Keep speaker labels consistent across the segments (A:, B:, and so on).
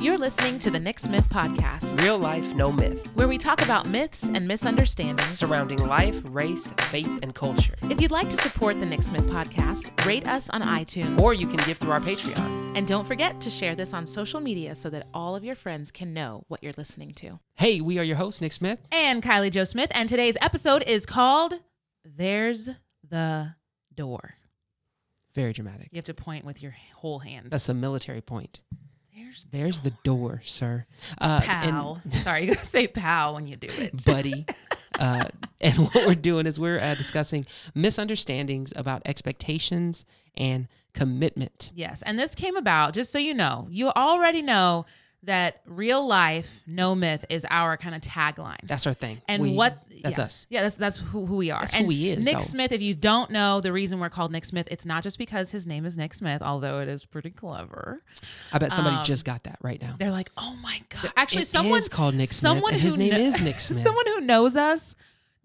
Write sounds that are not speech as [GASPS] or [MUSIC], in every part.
A: You're listening to the Nick Smith Podcast,
B: Real life, no myth.
A: where we talk about myths and misunderstandings.
B: Surrounding life, race, faith, and culture.
A: If you'd like to support the Nick Smith Podcast, rate us on iTunes.
B: Or you can give through our Patreon.
A: and don't forget to share this on social media so that all of your friends can know what you're listening to.
B: Hey, we are your hosts, Nick Smith.
A: And Kylie Joe Smith, and today's episode is called There's the Door.
B: Very dramatic.
A: You have to point with your whole hand.
B: That's the military point.
A: There's
B: There's the door, sir. Uh,
A: pow. Sorry, you gotta say pow when you do
B: [LAUGHS]
A: it.
B: And buddy. Uh, [LAUGHS] and what we're doing is we're uh, discussing misunderstandings about expectations and commitment.
A: Yes. And this came about, just so you know, you already know that real life, no myth is our kind of tagline.
B: That's our thing.
A: and
B: We-
A: what
B: That's
A: yeah.
B: us.
A: Yeah, that's that's who, who we are.
B: That's who
A: and
B: we is,
A: Nick
B: though.
A: Smith, if you don't know the reason we're called Nick Smith, it's not just because his name is Nick Smith, although it is pretty clever.
B: I bet somebody
A: um,
B: just got that right now.
A: They're like, "Oh my god." Actually,
B: It
A: someone
B: is called Nick Smith,
A: someone
B: and his
A: who
B: name
A: kno- [LAUGHS]
B: is Nick Smith.
A: someone who knows us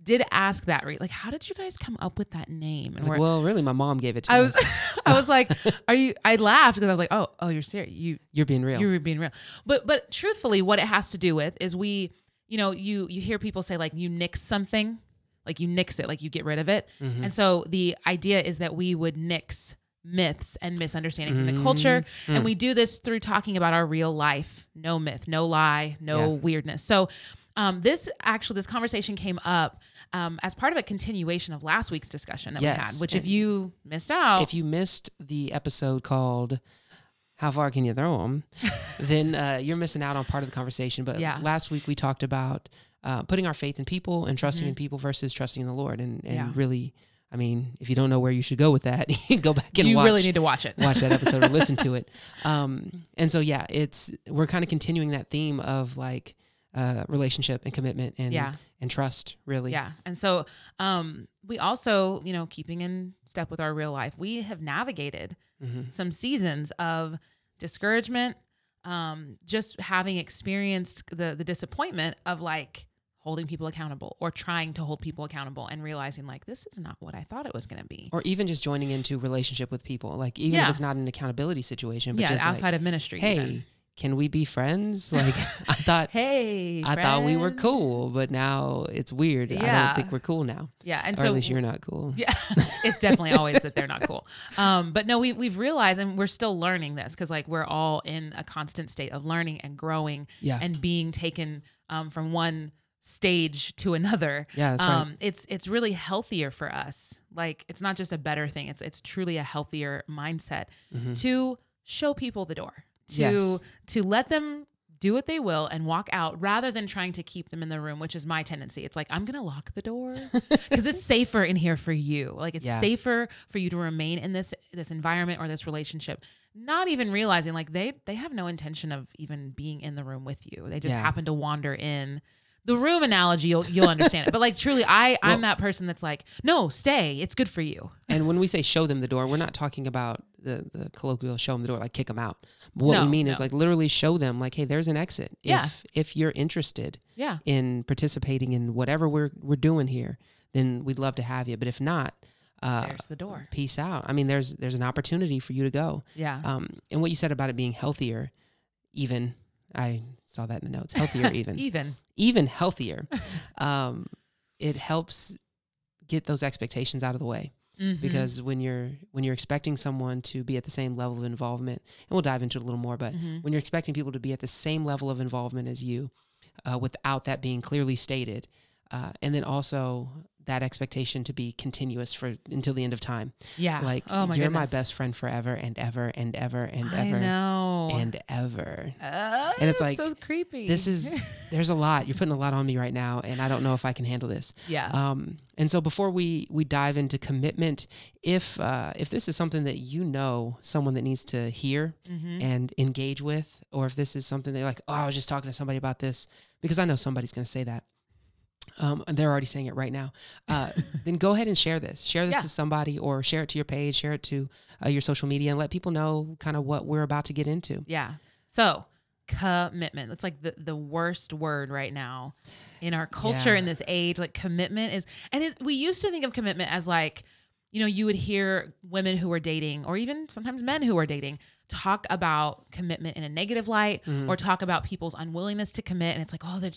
A: did ask that re- like, "How did you guys come up with that name?" And
B: I was like,
A: we're-
B: well, really, my mom gave it to
A: I
B: us.
A: was [LAUGHS] I was
B: [LAUGHS]
A: like, "Are you I laughed because I was like, "Oh, oh, you're serious. You
B: You're being real.
A: you were being real but but truthfully what it has to do with is we you know you you hear people say like you nix something like you nix it like you get rid of it
B: Mhm.
A: and so the idea is that we would nix myths and misunderstandings in the culture
B: Mm-hmm.
A: and we do this through talking about our real life no myth no lie no
B: Yeah.
A: weirdness so um, this actually this conversation came up um, as part of a continuation of last week's discussion that we
B: Yes,
A: had which if
B: and
A: you missed out
B: if you missed the episode called how far can you
A: [LAUGHS]
B: throw them then uh, you're missing out on part of the conversation but
A: Yeah.
B: last week we talked about uh, putting our faith in people and trusting in people versus trusting in the lord and, and
A: Mm-hmm. Yeah.
B: really i mean if you don't know where you should go with that [LAUGHS] go back and
A: you
B: watch
A: really need [LAUGHS] to watch it
B: watch that episode or listen to it um, and so yeah it's we're kind of continuing that theme of like uh, relationship and commitment and
A: Yeah.
B: and trust really
A: Yeah. And so um we also, you know, keeping in step with our real life, we have navigated
B: hmm
A: some seasons of discouragement, um, just having experienced the the disappointment of like holding people accountable or trying to hold people accountable and realizing like this is not what I thought it was gonna be.
B: or even just joining into relationship with people like even
A: Yeah.
B: if it's not an accountability situation but
A: Yeah,
B: just
A: outside
B: like,
A: of ministry.
B: hey
A: even.
B: can we be friends [LAUGHS] like i
A: [LAUGHS]
B: thought
A: Hey,
B: i thought we were
A: friend.
B: cool but now it's weird i
A: Yeah.
B: don't think we're cool now
A: Yeah, and
B: or
A: so
B: at least you're not cool
A: Yeah, [LAUGHS] it's definitely always that they're not cool. Um, but no, we we've realized, and we're still learning this because like we're all in a constant state of learning and growing
B: yeah
A: and being taken um, from one stage to another.
B: yeah that's right
A: Um, it's it's really healthier for us. Like it's not just a better thing. It's it's truly a healthier mindset
B: Mhm.
A: to show people the door to
B: Yes.
A: to let them do what they will and walk out rather than trying to keep them in the room which is my tendency it's like i'm gonna lock the door because
B: [LAUGHS]
A: it's safer in here for you like it's
B: Yeah.
A: safer for you to remain in this this environment or this relationship not even realizing like they they have no intention of even being in the room with you they just
B: Yeah.
A: happen to wander in the room analogy you'll you'll understand it but like truly i i'm that person that's like no stay it's good for you
B: and when we say show them the door we're not talking about the, the colloquial show them the door like kick them out what
A: No,
B: we mean is
A: no.
B: like literally show them like hey there's an exit
A: Yeah.
B: if if you're interested
A: yeah
B: in participating in whatever we're we're doing here, then we'd love to have you. But if not, uh,
A: there's the door
B: peace out. I mean, there's there's an opportunity for you to go.
A: yeah
B: Um, and what you said about it being healthier, even I saw that in the notes. Healthier, even
A: even
B: even healthier. Um, it helps get those expectations out of the way
A: Mhm.
B: because when you're when you're expecting someone to be at the same level of involvement, and we'll dive into it a little more, but
A: Mhm.
B: when you're expecting people to be at the same level of involvement as you uh, without that being clearly stated uh, and then also that expectation to be continuous for until the end of time
A: yeah
B: like
A: oh my
B: you're
A: goodness.
B: my best friend forever and ever and ever and
A: I
B: ever
A: know.
B: and ever
A: Uh,
B: and it's like,
A: so creepy. [LAUGHS]
B: this is there's a lot you're putting a lot on me right now and i don't know if i can handle this
A: yeah
B: um, and so before we we dive into commitment if uh, if this is something that you know someone that needs to hear
A: hmm
B: and engage with, or if this is something they're like, oh, I was just talking to somebody about this, because I know somebody's going to say that. Um, and they're already saying it right now.
A: [LAUGHS]
B: Uh, then go ahead and share this. Share this
A: Yeah.
B: to somebody, or share it to your page, share it to uh, your social media, and let people know kind of what we're about to get into.
A: yeah. So commitment. That's like the the worst word right now in our culture
B: Yeah.
A: in this age. Like commitment is, and it, we used to think of commitment as like. you know, you would hear women who are dating, or even sometimes men who are dating, talk about commitment in a negative light,
B: Mhm.
A: Mm-hmm. or talk about people's unwillingness to commit, and it's like, oh, they're,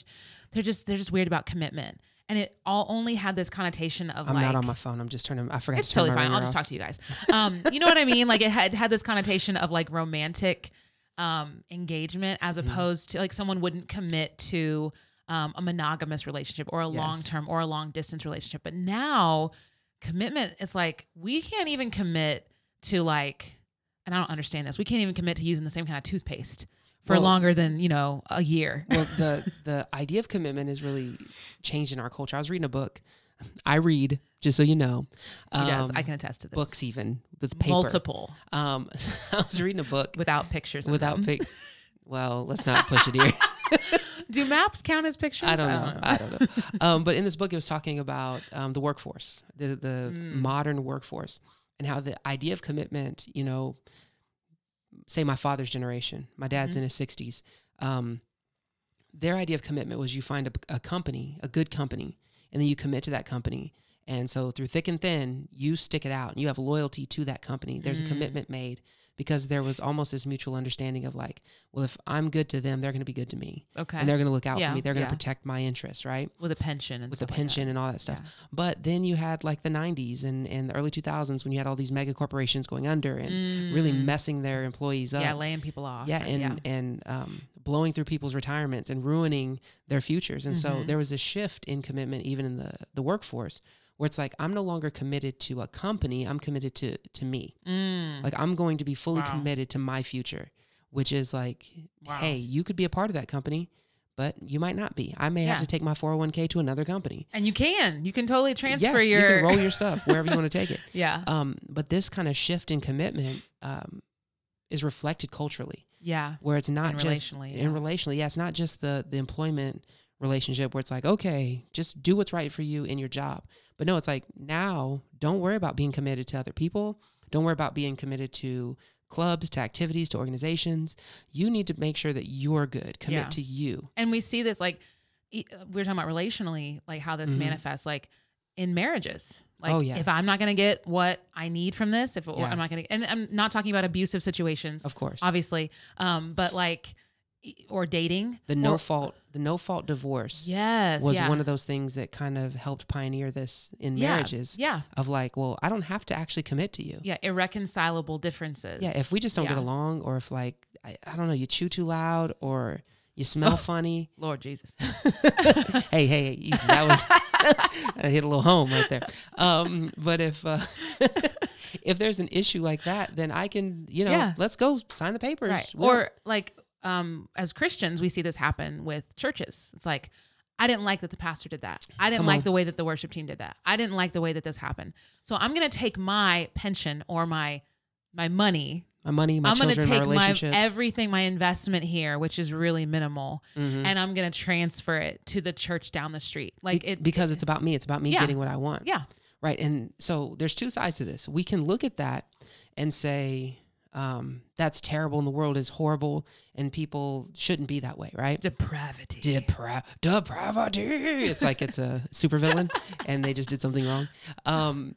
A: they're just they're just weird about commitment, and it all only had this connotation of
B: I'm
A: like,
B: not on my phone. I'm just turning. I forgot
A: it's
B: to turn
A: totally
B: my
A: fine.
B: ringer
A: I'll just
B: off.
A: talk to you guys. Um, you know what I mean? Like it had had this connotation of like romantic um, engagement as
B: Mm-hmm.
A: opposed to like someone wouldn't commit to um, a monogamous relationship or a
B: Yes.
A: long term or a long distance relationship. But now commitment, it's like we can't even commit to like, and I don't understand this. We can't even commit to using the same kind of toothpaste for
B: Well-
A: longer than you know a year.
B: well, the the idea of commitment is really changed in our culture. I was reading a book. I read, just so you know.
A: yes,
B: um,
A: I can attest to this.
B: books even with paper.
A: Multiple
B: Um, [LAUGHS] I was reading a book
A: without pictures. in [LAUGHS]
B: without
A: them.
B: pic. Well, let's not push it here.
A: do maps count as pictures?
B: I don't know. I don't know. um, but in this book, it was talking about um, the workforce, the the modern workforce, and how the idea of commitment. You know, say my father's generation, my dad's in his sixties. Um, their idea of commitment was you find a, a company, a good company, and then you commit to that company. And so through thick and thin, you stick it out and you have loyalty to that company. There's a
A: Mm.
B: commitment made because there was almost this mutual understanding of like, well, if I'm good to them, they're going to be good to me
A: Okay.
B: and they're going to look out
A: Yeah,
B: for me. They're going
A: yeah.
B: to protect my interests, right?
A: with a pension and
B: With the
A: stuff like
B: pension and all that
A: that.
B: stuff. But then you had like the 90s and, and the early 2000s when you had all these mega corporations going under
A: Yeah.
B: and really
A: Mm.
B: messing their employees up.
A: yeah, laying people off.
B: yeah, and and um, blowing through people's retirements and ruining their futures, and so
A: Mhm.
B: there was a shift in commitment even in the the workforce, where it's like I'm no longer committed to a company, I'm committed to to me.
A: Mm.
B: Like I'm going to be fully
A: Wow.
B: committed to my future, which is like,
A: Wow.
B: hey, you could be a part of that company, but you might not be. I may
A: Yeah.
B: have to take my 401k to another company.
A: and you can, you can totally transfer
B: yeah,
A: your
B: you can roll your stuff wherever you want to take it.
A: [LAUGHS] yeah,
B: Um, but this kind of shift in commitment um, is reflected culturally,
A: yeah,
B: where it's not
A: And
B: just
A: relationally,
B: in
A: yeah.
B: relationally. Yeah, it's not just the the employment relationship where it's like, okay, just do what's right for you in your job. But no, it's like now, don't worry about being committed to other people. Don't worry about being committed to clubs, to activities, to organizations. You need to make sure that you're good. Commit
A: Yeah.
B: to you.
A: and we see this like e- we were talking about relationally, like how this
B: Mhm.
A: manifests, like in marriages. Like
B: Oh, yeah.
A: if I'm not gonna get what I need from this, if
B: Yeah.
A: I'm not gonna, and I'm not talking about abusive situations,
B: Of course.
A: obviously, um, but like e- or dating
B: The no
A: or-
B: fault the no fault divorce
A: Yes,
B: was
A: yeah.
B: one of those things that kind of helped pioneer this in
A: Yeah,
B: marriages
A: Yeah,
B: of like, well, I don't have to actually commit to you.
A: yeah, irreconcilable differences.
B: Yeah, if we just don't get
A: Yeah.
B: along, or if like I, I don't know, you chew too loud, or
A: [LAUGHS]
B: you smell funny.
A: Lord
B: [LAUGHS]
A: Jesus.
B: hey, hey, hey, easy. That was [LAUGHS] I hit a little home right there. Um, but if uh, [LAUGHS] if there's an issue like that, then I can, you know,
A: Yeah.
B: let's go sign the papers.
A: right.
B: We don't-
A: Or like um as Christians, we see this happen with churches. It's like I didn't like that the pastor did that. I didn't
B: Come
A: like
B: on.
A: the way that the worship team did that. I didn't like the way that this happened. So I'm going to take my pension or my my money.
B: my money, my
A: I'm going to
B: children, my
A: take my
B: relationships.
A: everything, my investment here, which is really minimal,
B: Mhm.
A: and I'm going to transfer it to the church down the street. Like
B: Be-
A: it
B: because it's about me. It's about me
A: Yeah.
B: getting what I want.
A: yeah.
B: Right. And so there's two sides to this. We can look at that and say, um, that's terrible and the world is horrible and people shouldn't be that way, right?
A: Depravity.
B: Depra- depravity. It's like
A: [LAUGHS]
B: it's a supervillain and they just did something wrong. Um,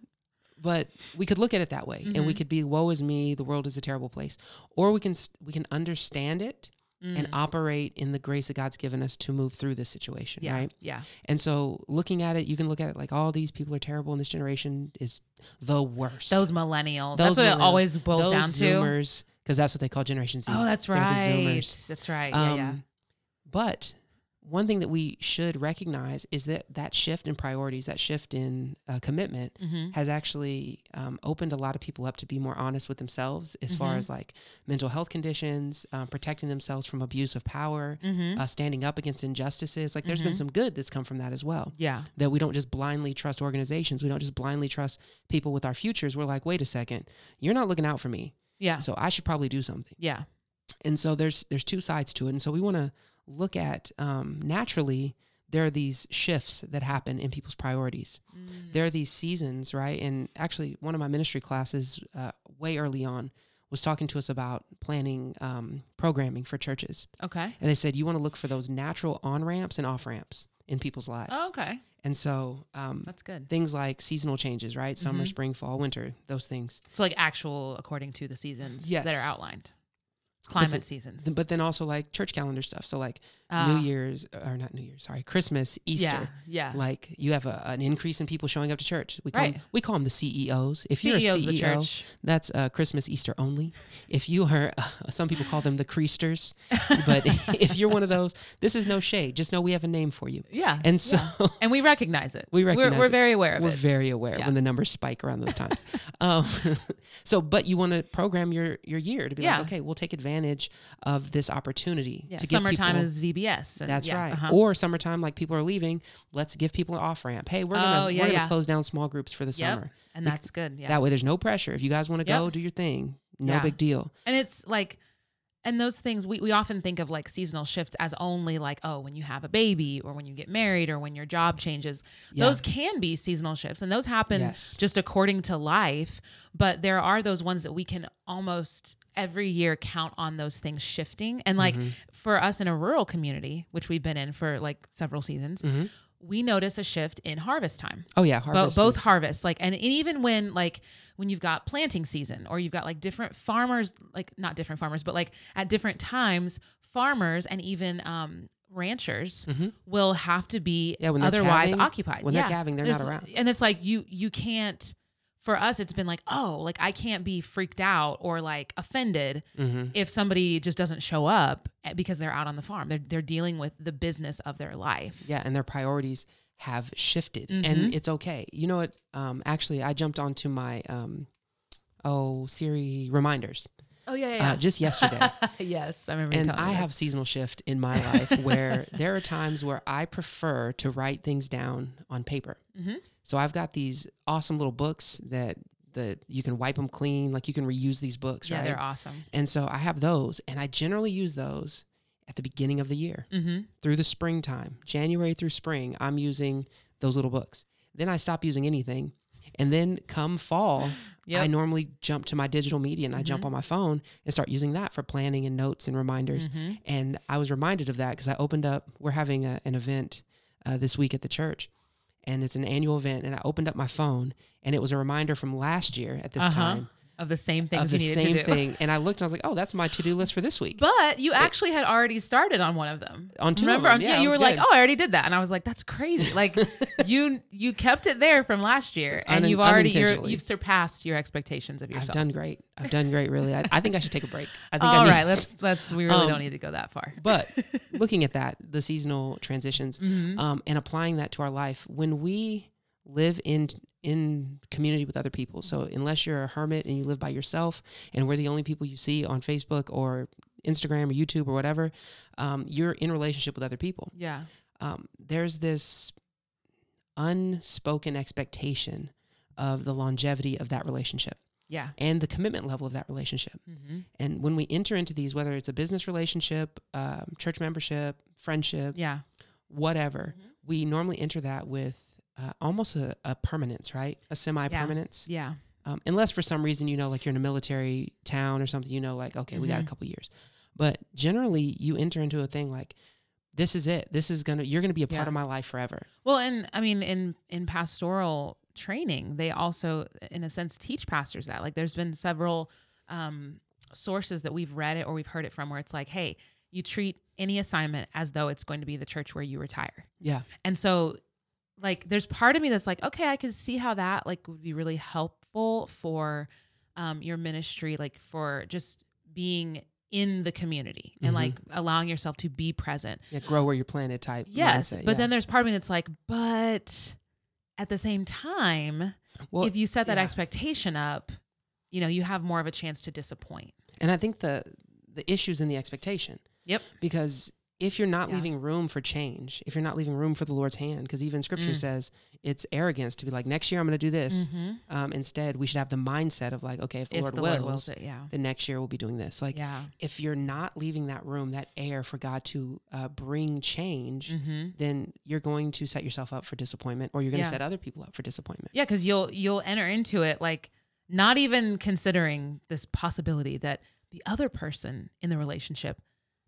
B: but we could look at it that way and
A: Mm-hmm.
B: we could be woe is me, the world is a terrible place. Or we can s- we can understand it and
A: Mm.
B: operate in the grace that God's given us to move through this situation,
A: yeah.
B: right?
A: Yeah.
B: And so looking at it, you can look at it like all these people are terrible and this generation is the worst.
A: Those millennials.
B: Those
A: that's what
B: millennials,
A: it always boils
B: Those
A: down to.
B: Zoomers, because that's what they call Generation Z.
A: Oh, that's
B: They're The
A: right.
B: Zoomers.
A: That's right. Yeah, yeah.
B: Um, But one thing that we should recognize is that that shift in priorities, that shift in uh, commitment,
A: Mm-hmm.
B: has actually um, opened a lot of people up to be more honest with themselves as far
A: Mhm.
B: as like mental health conditions, um, protecting themselves from abuse of power,
A: Mm-hmm.
B: uh, standing up against injustices. Like there's been
A: Mhm.
B: some good that's come from that as well
A: yeah.
B: that we don't just blindly trust organizations. We don't just blindly trust people with our futures. We're like, wait a second, you're not looking out for me.
A: Yeah.
B: So I should probably do something.
A: Yeah.
B: And so there's there's two sides to it. And so we want to look at um, naturally there are these shifts that happen in people's priorities.
A: Mm-hmm.
B: There are these seasons, right? And actually, one of my ministry classes uh, way early on was talking to us about planning um, programming for churches,
A: Okay.
B: and they said you want to look for those natural on ramps and off ramps. in people's lives.
A: Oh, okay.
B: And so um,
A: That's good.
B: things like seasonal changes, right? Summer,
A: Mhm.
B: spring, fall, winter, those things.
A: So like actual according to the seasons that
B: Yes.
A: are outlined. Climate
B: the-
A: seasons.
B: Th- But then also like church calendar stuff. So like
A: Ah,
B: New Year's or not New Year's, sorry, Christmas, Easter.
A: Yeah. Yeah.
B: Like you have a, an increase in people showing up to church. We call
A: Right.
B: 'em- we call them the CEOs. If you're a E
A: CEOs E of the
B: CEO,
A: church.
B: that's uh, Christmas, Easter only. If you are, [LAUGHS] some people call them the creasters, [LAUGHS] but if you're one of those, this is no shade. Just know we have a name for you.
A: [LAUGHS] Yeah.
B: And so
A: yeah. and we recognize it.
B: [LAUGHS] We recognize
A: we're, we're
B: it.
A: very aware of
B: we're
A: it.
B: very aware
A: Yeah.
B: when the numbers spike around those
A: [LAUGHS]
B: times. um, [LAUGHS] so, but you want to program your your year to be
A: Yeah.
B: like, okay, we'll take advantage of this opportunity
A: yeah.
B: to give
A: Summertime
B: people-
A: is VBS. and-
B: That's
A: yeah,
B: right.
A: uh-huh.
B: Or summertime, like people are leaving, let's give people an off ramp. Hey, we're gonna
A: Oh, yeah,
B: we're gonna
A: yeah.
B: close down small groups for the
A: Yep.
B: summer.
A: and
B: we-
A: that's good. Yeah.
B: That way, there's no pressure. If you guys want to
A: Yep.
B: go, do your thing. No
A: Yeah.
B: big deal.
A: And it's like, and those things we, we often think of like seasonal shifts as only like, oh, when you have a baby or when you get married or when your job changes.
B: Yeah.
A: Those can be seasonal shifts and those happen
B: Yes.
A: just according to life. But there are those ones that we can almost every year count on those things shifting. And like
B: Mm-hmm.
A: for us in a rural community, which we've been in for like several seasons,
B: Mhm.
A: we notice a shift in harvest time.
B: Oh yeah,
A: Mm-hmm. Bo-
B: harvest
A: both
B: is-
A: harvests like and, and even when like when you've got planting season or you've got like different farmers like not different farmers but like at different times farmers and even um ranchers
B: Mhm.
A: will have to be
B: Yeah, when they're
A: otherwise
B: calving-
A: occupied
B: when
A: yeah.
B: they're calving, they're not
A: There's-
B: around.
A: and it's like you you can't for us it's been like oh like i can't be freaked out or like offended
B: Mhm.
A: if somebody just doesn't show up eh, because they're out on the farm they're, they're dealing with the business of their life
B: Yeah, and their priorities have shifted,
A: Mm-hmm.
B: and it's okay. You know what? Um, actually, I jumped onto my um, oh Siri reminders
A: oh yeah
B: uh, just
A: [LAUGHS]
B: yesterday.
A: yes i remember you
B: and
A: telling me
B: I
A: this.
B: have seasonal shift in my
A: [LAUGHS]
B: life where there are times where I prefer to write things down on paper.
A: Mhm.
B: So I've got these awesome little books that that you can wipe them clean, like you can reuse these books,
A: yeah
B: right?
A: they're awesome
B: And so I have those, and I generally use those at the beginning of the year
A: mm-hmm
B: through the springtime, January through spring. I'm using those little books. Then I stop using anything, and then come
A: [LAUGHS]
B: fall. I
A: Yep. Mm-hmm.
B: normally jump to my digital media and I jump on my phone and start using that for planning and notes and reminders.
A: Mhm.
B: And I was reminded of that because I opened up, we're having a, an event uh, this week at the church, and it's an annual event. And I opened up my phone, and it was a reminder from last year at this
A: Uh-huh.
B: time
A: of the same things
B: of
A: you
B: the
A: needed
B: same
A: to do. [LAUGHS]
B: thing. And I looked and I was like, oh, that's my to do list for this week.
A: But you actually had already started on one of them.
B: On two of
A: Remember,
B: them,
A: on-
B: yeah, it
A: you were
B: was
A: like,
B: good.
A: "Oh, I already did that," and I was like, "That's
B: [LAUGHS]
A: crazy!" Like you you kept it there from last year, and
B: Unin-
A: you've already you're,
B: unintentionally.
A: you've surpassed your expectations of
B: I've
A: yourself.
B: done great. I've done great, really. I, I think I should take a break. I think I
A: All
B: need-
A: right, let's let's. We really
B: Um,
A: don't need to go that far.
B: [LAUGHS]
A: [LAUGHS]
B: But looking at that, the seasonal transitions,
A: Mhm.
B: um, and applying that to our life when we live in in community with other people so unless you're a hermit and you live by yourself and we're the only people you see on facebook or instagram or youtube or whatever um, you're in relationship with other people
A: Yeah,
B: um, there's this unspoken expectation of the longevity of that relationship
A: yeah.
B: and the commitment level of that relationship
A: hmm
B: and when we enter into these whether it's a business relationship um, church membership friendship
A: Yeah,
B: whatever,
A: Mm-hmm.
B: we normally enter that with uh, almost a, a permanence, right? A semi permanence.
A: yeah.
B: Um, unless for some reason, you know, like you're in a military town or something, you know, like, okay, we got a
A: Mhm.
B: couple years. But generally, you enter into a thing like, this is it. This is going to, you're going to be a
A: Yeah.
B: part of my life forever.
A: Well, and I mean, in in pastoral training, they also, in a sense, teach pastors that. Like, there's been several um, sources that we've read it or we've heard it from where it's like, hey, you treat any assignment as though it's going to be the church where you retire.
B: Yeah.
A: And so, like, there's part of me that's like, okay, I can see how that like would be really helpful for um, your ministry, like for just being in the community and
B: Mhm.
A: like allowing yourself to be present.
B: Yeah. Grow where you're planted type.
A: Yes,
B: mindset,
A: but
B: yeah.
A: then there's part of me that's like, but at the same time,
B: well,
A: if you set that
B: yeah.
A: expectation up, you know, you have more of a chance to disappoint.
B: and I think the, the issues in the expectation.
A: Yep.
B: Because if you're not
A: Yeah.
B: leaving room for change, if you're not leaving room for the Lord's hand, because even scripture
A: Mm.
B: says it's arrogance to be like, next year I'm going to do this. Um, instead, we should have the mindset of like, okay, if the,
A: Mm-hmm. If
B: Lord,
A: the
B: wills,
A: Lord wills it, yeah,
B: then next year we'll be doing this. Like,
A: yeah,
B: if you're not leaving that room, that air for God to uh, bring change,
A: mm-hmm.
B: then you're going to set yourself up for disappointment, or you're going to
A: Yeah.
B: set other people up for disappointment.
A: yeah, because you'll you'll enter into it like not even considering this possibility that the other person in the relationship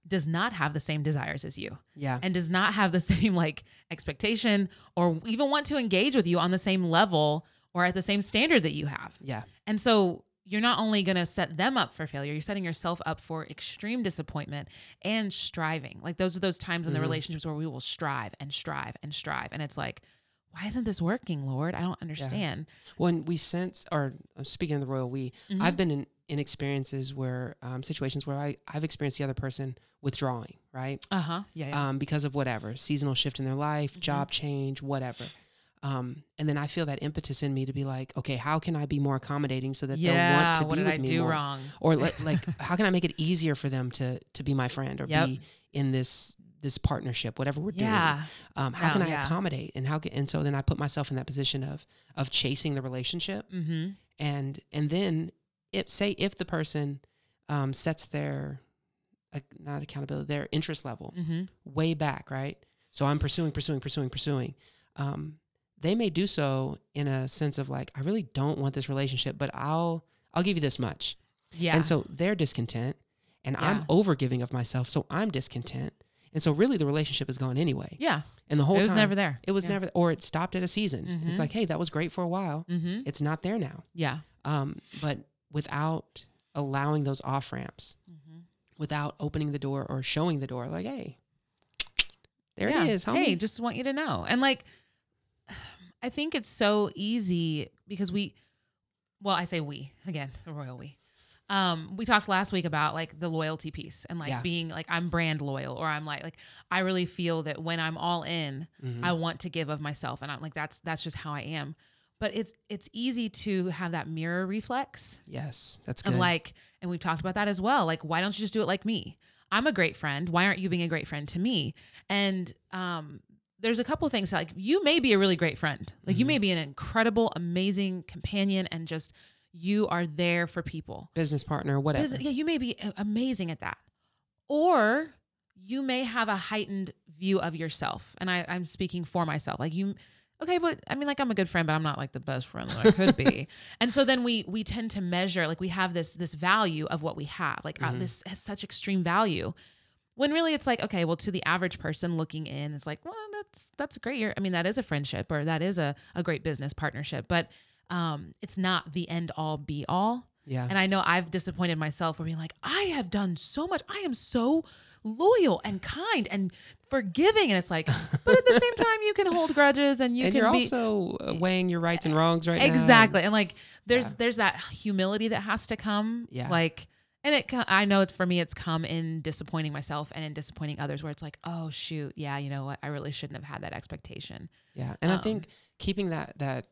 A: does not have the same desires as you
B: Yeah.
A: and does not have the [LAUGHS] same like expectation or even want to engage with you on the same level or at the same standard that you have.
B: Yeah.
A: And so you're not only going to set them up for failure, you're setting yourself up for extreme disappointment and striving. Like those are those times in the
B: Mhm.
A: relationships where we will strive and strive and strive and it's like why isn't this working, Lord? I don't understand.
B: When we sense, or uh, speaking of the royal we,
A: Mhm.
B: I've been in, in experiences where, um, situations where I, I've experienced the other person withdrawing, right?
A: Uh-huh. Yeah, yeah.
B: um, because of whatever seasonal shift in their life,
A: Mhm.
B: job change, whatever. Um, and then I feel that impetus in me to be like, okay, how can I be more accommodating so that
A: yeah,
B: they'll want to
A: what
B: be
A: did
B: with
A: I
B: me
A: do
B: more?
A: wrong?
B: Or
A: [LAUGHS]
B: like, like, how can I make it easier for them to to be my friend or
A: Yep.
B: be in this this partnership, whatever we're doing?
A: Yeah.
B: Um, how
A: No,
B: can I
A: yeah.
B: accommodate? And how can, and so then I put myself in that position of of chasing the relationship
A: Mhm.
B: and and then if say if the person um, sets their uh, not accountability their interest level
A: Mhm.
B: way back, right? So I'm pursuing, pursuing, pursuing, pursuing. Um, they may do so in a sense of like, I really don't want this relationship, but I'll I'll give you this much.
A: Yeah.
B: And so they're discontent, and
A: Yeah.
B: I'm over giving of myself, so I'm discontent. And so really, the relationship is gone anyway.
A: yeah.
B: And the whole
A: It was
B: time
A: never there.
B: it was
A: Yeah.
B: never, or it stopped at a season.
A: Mhm.
B: It's like, hey, that was great for a while.
A: Mhm.
B: It's not there now.
A: Yeah.
B: Um, but without allowing those off ramps,
A: Mhm.
B: without opening the door or showing the door, like, hey, there
A: Yeah.
B: it is, homie.
A: Hey, just want you to know. And like, [SIGHS] I think it's so easy because we, well, I say we again, the royal we. Um, we talked last week about like the loyalty piece and like
B: Yeah.
A: being like I'm brand loyal or I'm like like I really feel that when I'm all in,
B: Mhm.
A: I want to give of myself and I'm like that's that's just how I am. But it's it's easy to have that mirror reflex
B: Yes, that's
A: of
B: good.
A: like and we've talked about that as well like why don't you just do it like me i'm a great friend why aren't you being a great friend to me and um there's a couple things like you may be a really great friend like
B: Mm-hmm.
A: you may be an incredible amazing companion and just you are there for people
B: business partner, whatever.
A: Business- yeah you may be a- amazing at that or you may have a heightened view of yourself and I, i'm speaking for myself like you okay but i mean like i'm a good friend but i'm not like the best friend that i could be and so then we we tend to measure like we have this this value of what we have like uh,
B: Mhm.
A: this has such extreme value when really it's like okay well to the average person looking in it's like well that's that's great you're, i mean that is a friendship or that is a, a great business partnership but um it's not the end all be all
B: Yeah.
A: and I know I've disappointed myself for being like, I have done so much. I am so loyal and kind and forgiving. And it's like, but at the
B: [LAUGHS]
A: same time, you can hold grudges and you
B: and
A: can
B: you're
A: be
B: also uh, weighing your rights and wrongs right now.
A: exactly. And like, there's
B: Yeah.
A: there's that humility that has to come.
B: Yeah.
A: Like, and it co- I know it's for me. It's come in disappointing myself and in disappointing others, where it's like, oh shoot, yeah, you know what? I really shouldn't have had that expectation.
B: Yeah. And
A: Um,
B: I think keeping that that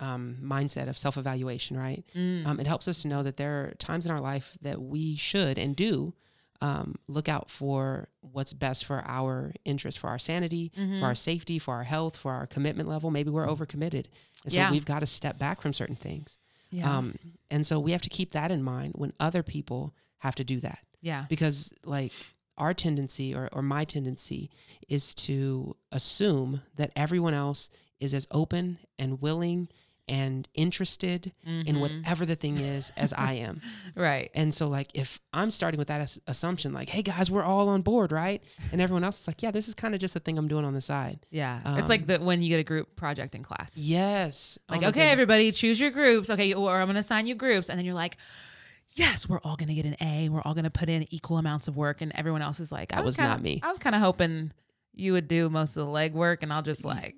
B: um, mindset of self evaluation, right?
A: Mm.
B: Um, it helps us to know that there are times in our life that we should and do um, look out for what's best for our interest, for our sanity,
A: Mhm.
B: for our safety, for our health, for our commitment level. Maybe we're overcommitted, and
A: Mm.
B: so
A: Yeah.
B: we've got to step back from certain things.
A: yeah.
B: Um, and so we have to keep that in mind when other people have to do that.
A: yeah.
B: because like our tendency or, or my tendency is to assume that everyone else is as open and willing and interested in
A: Mhm.
B: whatever the thing
A: [LAUGHS]
B: is as I am.
A: Mm-hmm. Right.
B: And so like if I'm starting with that as- assumption like hey guys we're all on board, right? And everyone else is like yeah, this is kind of just a thing I'm doing on the side.
A: Yeah. it's like
B: Um,
A: the when you get a group project in class.
B: Yes. Oh
A: Like,
B: my
A: okay,
B: goodness.
A: everybody, choose your groups. Okay, or I'm going to assign you groups. And then you're like, yes, we're all going to get an A. We're all going to put in equal amounts of work. And everyone else is like, I
B: That
A: was
B: was not
A: kinda-
B: me.
A: I was kind of hoping you would do most of the legwork and I'll just like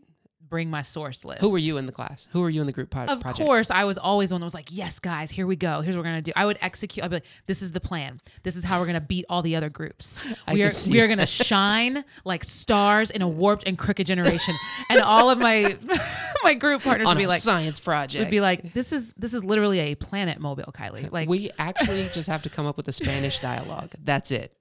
A: bring my source list.
B: Who were you in the class? Who were you in the group pro-
A: Of
B: project?
A: course, I was always one that was like, yes, guys, here we go. Here's what we're going to do. I would execute. I'd be like, this is the plan. This is how we're going to beat all the other groups.
B: [LAUGHS] I
A: We are,
B: could see
A: we are going to shine like stars in a warped and crooked generation.
B: [LAUGHS]
A: and all of my, [LAUGHS] my group partners
B: on
A: would be
B: a
A: like,
B: science project.
A: would be like, this is this is literally a planet mobile,
B: [LAUGHS]
A: Kylie. Like
B: we actually just have to come up with a Spanish dialogue. That's it.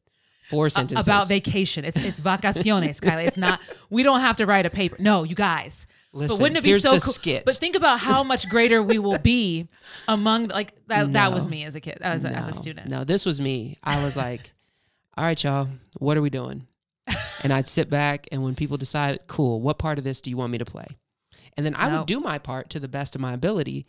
B: Four sentences
A: about vacation. It's it's
B: [LAUGHS]
A: vacaciones, Kylie. It's not. We don't have to write a paper. No, you guys.
B: Listen,
A: but wouldn't it be
B: here's
A: so
B: the
A: cool?
B: skit.
A: But think about how much greater we will
B: [LAUGHS]
A: be among like that. That was
B: No.
A: me as a kid, as a, as a
B: No,
A: student.
B: No, this was me. I was like, [LAUGHS] "All right, y'all, what are we
A: [LAUGHS]
B: doing?" And I'd sit back, and when people decide, "Cool, what part of this do you want me to play?" And then I
A: No. Mm-hmm.
B: would do my part to the best of my ability,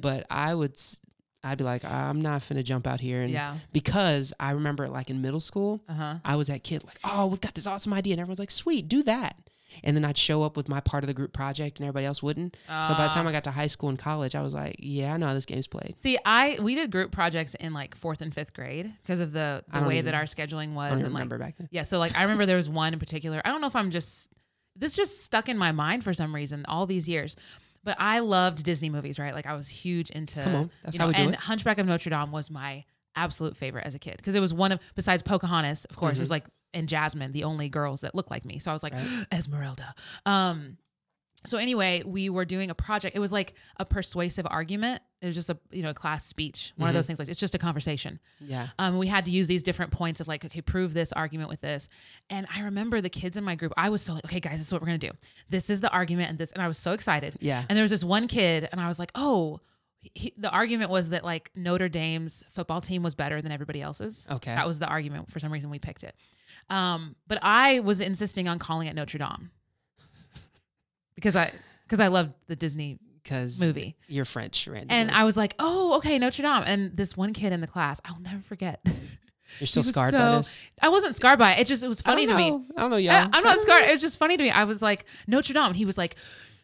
B: but I would. s- I'd be like, I'm not finna jump out here and
A: yeah.
B: because I remember like in middle school,
A: Uh huh.
B: I was that kid like, oh, we've got this awesome idea, and everyone's like, sweet, do that. And then I'd show up with my part of the group project, and everybody else wouldn't. so by
A: Ah.
B: the time I got to high school and college, I was like, yeah, I know how this game's played.
A: See, I we did group projects in like fourth and fifth grade because of the,
B: I
A: the
B: don't
A: way
B: even-
A: that our scheduling
B: I
A: was
B: don't
A: and
B: even
A: like
B: remember back then.
A: Yeah, so like I remember there was one in particular. I don't know if I'm just this just stuck in my mind for some reason all these years. But I loved Disney movies, right? Like I was huge into
B: Come on, that's
A: you
B: how
A: know,
B: we do
A: and
B: it.
A: Hunchback of Notre Dame was my absolute favorite as a kid because it was one of besides Pocahontas, of course, it was like and Jasmine, the only girls that looked like me. So I was like
B: Mm-hmm. Right.
A: [GASPS] Esmeralda. Um so anyway, we were doing a project. It was like a persuasive argument. It was just a you know class speech, one of
B: Mhm.
A: those things like it's just a conversation.
B: Yeah,
A: Um, we had to use these different points of like, okay, prove this argument with this. And I remember the kids in my group, I was so like, okay, guys, this is what we're gonna do. This is the argument, and this, and I was so excited.
B: yeah.
A: And there was this one kid, and I was like, oh, he, the argument was that like Notre Dame's football team was better than everybody else's.
B: Okay.
A: That was the argument. For some reason, we picked it. Um, but I was insisting on calling it Notre Dame [LAUGHS] because I because I loved the Disney
B: Because
A: movie.
B: you're French, Randy.
A: And I was like, oh, okay, Notre Dame. And this one kid in the class, I'll never forget. [LAUGHS]
B: you're still
A: he was
B: scarred by
A: so
B: this.
A: I wasn't scarred by it. It just it was
B: I
A: funny
B: don't
A: to me.
B: know. I don't know,
A: I,
B: y'all.
A: am not scarred. It was just funny to me. I was like Notre Dame. He was like,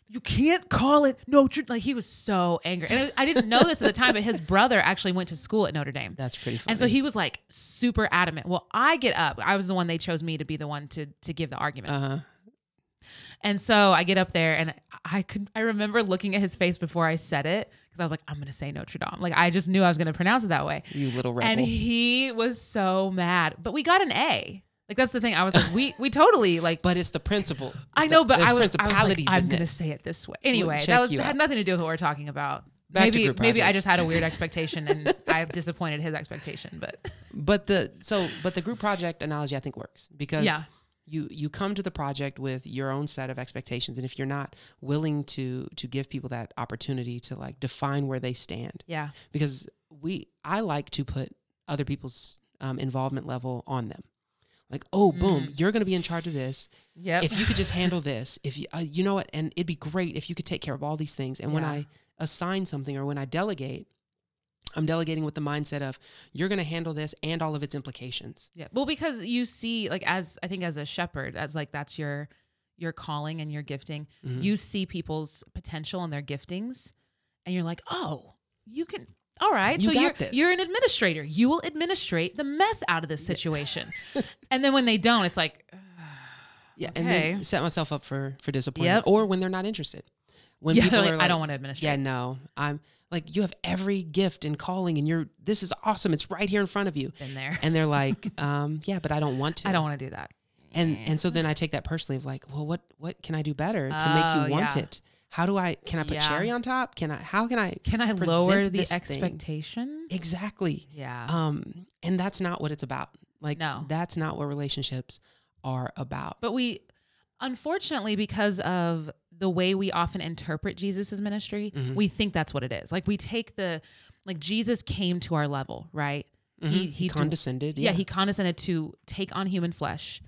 A: you can't call it Notre. Like he was so angry, and it- I didn't know this at the time, but his brother actually went to school at Notre Dame,
B: That's pretty funny.
A: and so he was like super adamant. Well, I get up. I was the one they chose me to be the one to to give the argument,
B: Uh huh.
A: and so I get up there, and I could I remember looking at his face before I said it because I was like, I'm gonna say Notre Dame. Like I just knew I was gonna pronounce it that way.
B: You little rebel.
A: And he was so mad. But we got an A. Like that's the thing. I was like, we we
B: [LAUGHS]
A: totally like.
B: but it's the principle. It's
A: I
B: the-
A: know, but
B: there's
A: I was, I was like,
B: principalities
A: I'm
B: in
A: gonna
B: this.
A: say it this way. Anyway,
B: check
A: that was
B: you out.
A: had nothing to do with what we're talking about.
B: Back to
A: maybe
B: group
A: maybe I
B: projects.
A: just had a weird expectation
B: [LAUGHS]
A: and I disappointed his expectation. But [LAUGHS]
B: But the so but the group project analogy I think works because
A: Yeah.
B: you you come to the project with your own set of expectations, and if you're not willing to to give people that opportunity to like define where they stand,
A: yeah,
B: because we I like to put other people's um, involvement level on them. Like, oh, boom, you're going to be in charge of this.
A: yep.
B: if you could just handle this, if you, uh, you know what, and it'd be great if you could take care of all these things. And when
A: Yeah.
B: I assign something or when I delegate, I'm delegating with the mindset of you're going to handle this and all of its implications.
A: yeah. Well, because you see, like as I think as a shepherd, as like that's your your calling and your gifting.
B: Mhm.
A: You see people's potential and their giftings, and you're like, oh, you can. All right,
B: You
A: so
B: got
A: you're
B: this.
A: you're an administrator. You will administrate the mess out of this
B: [LAUGHS]
A: situation. and then when they don't, it's like, [LAUGHS]
B: yeah, and then
A: okay.
B: set myself up for for disappointment
A: Yep.
B: or when they're not interested. When
A: yeah,
B: people
A: they're like,
B: are
A: I
B: like,
A: don't want to
B: yeah,
A: administrate.
B: no, I'm like, you have every gift and calling, and you're this is awesome. It's right here in front of you,
A: [LAUGHS] Been there.
B: and they're like, [LAUGHS] um, yeah, but I don't want to.
A: I don't want to do that.
B: and and so then I take that personally of like, well, what what can I do better to
A: Oh,
B: make you want
A: yeah.
B: it? How do I can I put
A: Yeah.
B: cherry on top? Can I how can I
A: Can I
B: present
A: lower the
B: this thing?
A: expectation?
B: exactly?
A: Yeah.
B: Um, and that's not what it's about. Like
A: No.
B: that's not what relationships are about.
A: But we, unfortunately, because of the way we often interpret Jesus' ministry,
B: Mhm.
A: we think that's what it is. Like we take the, like Jesus came to our level, right?
B: Mhm.
A: he- he do-
B: condescended.
A: Yeah, he condescended to take on human flesh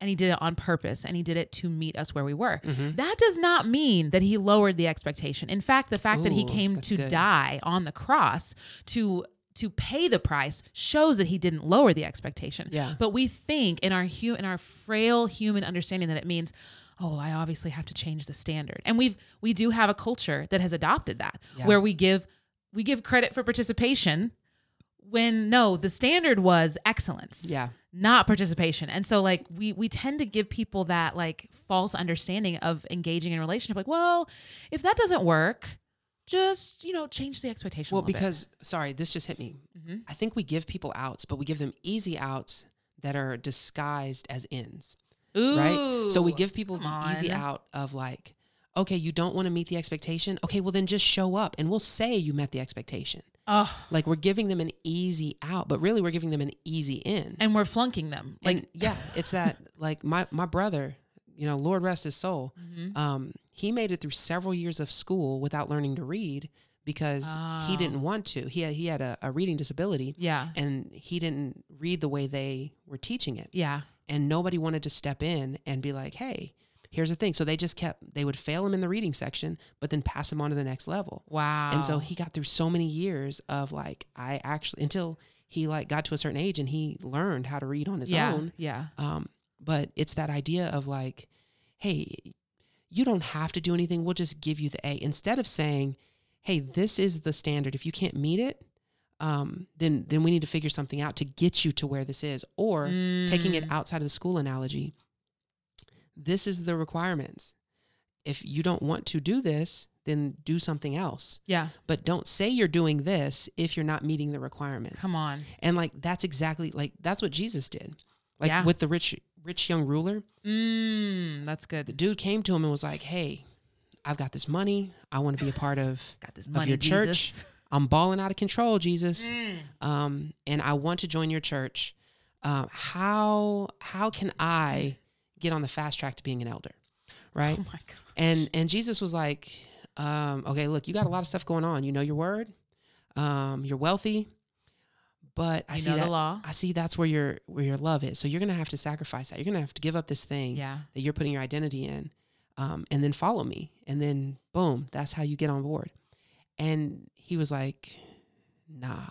A: and he did it on purpose and he did it to meet us where we were.
B: Mhm.
A: That does not mean that he lowered the expectation. In fact, the fact that he
B: Ooh,
A: came
B: that's
A: to
B: good.
A: die on the cross to to pay the price shows that he didn't lower the expectation.
B: Yeah.
A: But we think in our hu- in our frail human understanding that it means oh well, I obviously have to change the standard. And we've we do have a culture that has adopted that
B: Yeah.
A: where we give we give credit for participation when no, the standard was excellence
B: Yeah.
A: not participation. And so like we we tend to give people that like false understanding of engaging in a relationship like, well, if that doesn't work, just, you know, change the expectation
B: Well,
A: a little bit.
B: because sorry, this just hit me.
A: Mhm.
B: I think we give people outs, but we give them easy outs that are disguised as ins. right? So we
A: Mm-hmm. Ooh,
B: give people the
A: come
B: easy
A: on.
B: out of like, okay, you don't want to meet the expectation. Okay, well then just show up and we'll say you met the expectation.
A: oh,
B: Like we're giving them an easy out, but really we're giving them an easy in.
A: and we're flunking them. Like
B: Like yeah,
A: [LAUGHS]
B: it's that like my my brother, you know, Lord rest his soul.
A: Mm-hmm.
B: Um, he made it through several years of school without learning to read because he
A: Oh.
B: didn't want to. He had, he had a, a reading disability
A: yeah.
B: and he didn't read the way they were teaching it
A: Yeah.
B: and nobody wanted to step in and be like, "Hey, Here's the thing. So they just kept, they would fail him in the reading section, but then pass him on to the next level.
A: Wow.
B: And so he got through so many years of like, I actually, until he like got to a certain age and he learned how to read on his
A: yeah,
B: own.
A: Yeah.
B: Um, but it's that idea of like, hey, you don't have to do anything. We'll just give you the A. Instead of saying, hey, this is the standard. If you can't meet it, um, then then we need to figure something out to get you to where this is. Or taking it
A: Mm.
B: outside of the school analogy, this is the requirements. If you don't want to do this, then do something else.
A: Yeah.
B: But don't say you're doing this if you're not meeting the requirements.
A: Come on.
B: And like that's exactly like that's what Jesus did. Like
A: Yeah.
B: with the rich rich young ruler,
A: Mm, that's
B: the
A: good.
B: dude came to him and was like, "Hey, I've got this money. I want to be a part of.
A: Got this money,
B: your church.
A: Jesus.
B: I'm balling out of control, [LAUGHS] Jesus.
A: Mm.
B: Um, and I want to join your church. Um, how how can I get on the fast track to being an elder,
A: [LAUGHS]
B: right?
A: Oh my God.
B: And and Jesus was like, um, okay, look, you got a lot of stuff going on. You know your word. Um, you're wealthy, but I
A: you
B: see
A: know
B: that
A: the law.
B: I see that's where your where your love is. So you're gonna have to sacrifice that. You're gonna have to give up this thing
A: Yeah.
B: that you're putting your identity in, um, and then follow me. And then boom, that's how you get on board. And he was like, Nah,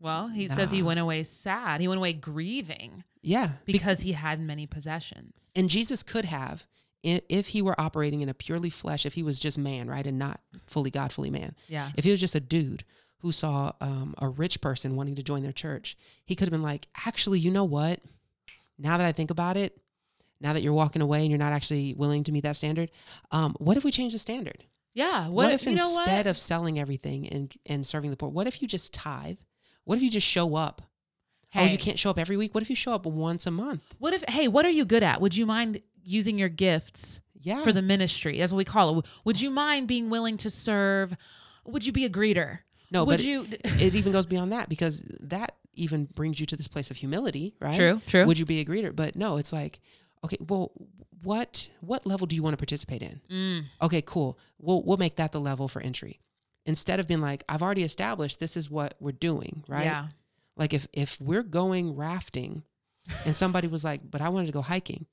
A: Well, he says he
B: Nah.
A: went away sad. He went away grieving
B: yeah, Be-
A: because he had many possessions.
B: and Jesus could have i- if he were operating in a purely flesh, if he was just man, right, and not fully God, fully man.
A: Yeah.
B: If he was just a dude who saw um, a rich person wanting to join their church, he could have been like, actually, you know what? Now that I think about it, now that you're walking away and you're not actually willing to meet that standard, um, what if we change the standard?
A: Yeah. What,
B: What, if
A: you know
B: instead
A: what?
B: of selling everything and, and serving the poor, what if you just tithe? What if you just show up? Oh,
A: Hey.
B: you can't show up every week. What if you show up once a month?
A: What if, hey, what are you good at? Would you mind using your gifts
B: Yeah.
A: for the ministry? That's what we call it. W- Would you mind being willing to serve? Would you be a greeter?
B: no,
A: Would
B: but
A: you?
B: [LAUGHS] it even goes beyond that because that even brings you to this place of humility, right?
A: True, true.
B: Would you be a greeter? But no, it's like, okay, well, what what level do you want to participate in?
A: Mm,
B: Okay, cool. We'll we'll make that the level for entry. Instead of being like, I've already established this is what we're doing, right?
A: Yeah.
B: Like if if we're going rafting and somebody was like, but I wanted to go hiking.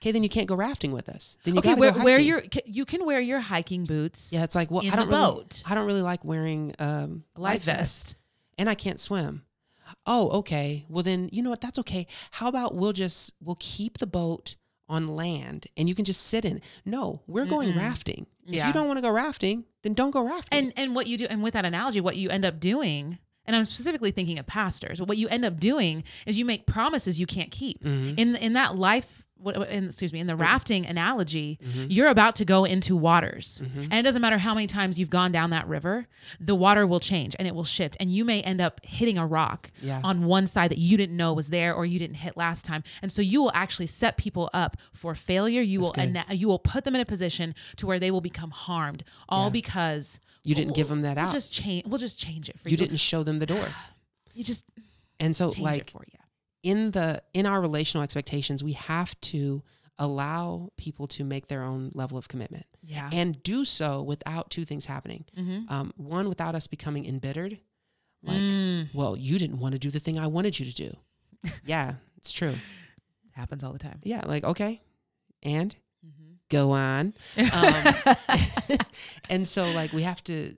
B: Okay, then you can't go rafting with us. Then you
A: okay.
B: gotta
A: Wear,
B: go hiking.
A: wear your, ca- you can wear your hiking boots.
B: yeah, it's like well,
A: in
B: I don't
A: the
B: really,
A: boat.
B: I don't really like wearing um,
A: Life vest.
B: and I can't swim. Oh, okay. Well, then you know what? That's okay. How about we'll just we'll keep the boat on land and you can just sit in. it. No, we're going
A: Mm-mm.
B: rafting. If
A: Yeah.
B: you don't want to go rafting, then don't go rafting.
A: And and what you do, and with that analogy, what you end up doing, and I'm specifically thinking of pastors. What you end up doing is you make promises you can't keep.
B: Mhm.
A: In in that life, what- in, excuse me, in the rafting analogy,
B: Mhm.
A: you're about to go into waters,
B: Mhm.
A: and it doesn't matter how many times you've gone down that river, the water will change and it will shift, and you may end up hitting a rock
B: Yeah.
A: on one side that you didn't know was there or you didn't hit last time, and so you will actually set people up for failure. You
B: That's
A: will
B: good.
A: ana- you will put them in a position to where they will become harmed, all
B: Yeah.
A: because
B: you didn't give them that
A: we'll
B: out.
A: Just change. We'll just change it for you.
B: you didn't show them
A: [GASPS]
B: the door.
A: You just
B: And so,
A: change
B: like
A: it for you.
B: in the in our relational expectations, we have to allow people to make their own level of commitment
A: Yeah.
B: and do so without two things happening.
A: mm-hmm.
B: Um, one, without us becoming embittered, like.
A: mm.
B: well, you didn't want to do the thing I wanted you to
A: [LAUGHS]
B: do. yeah, it's true.
A: happens all the time.
B: Yeah, like, okay, and
A: [LAUGHS] Mhm.
B: go on. [LAUGHS] Um, and so, like, we have to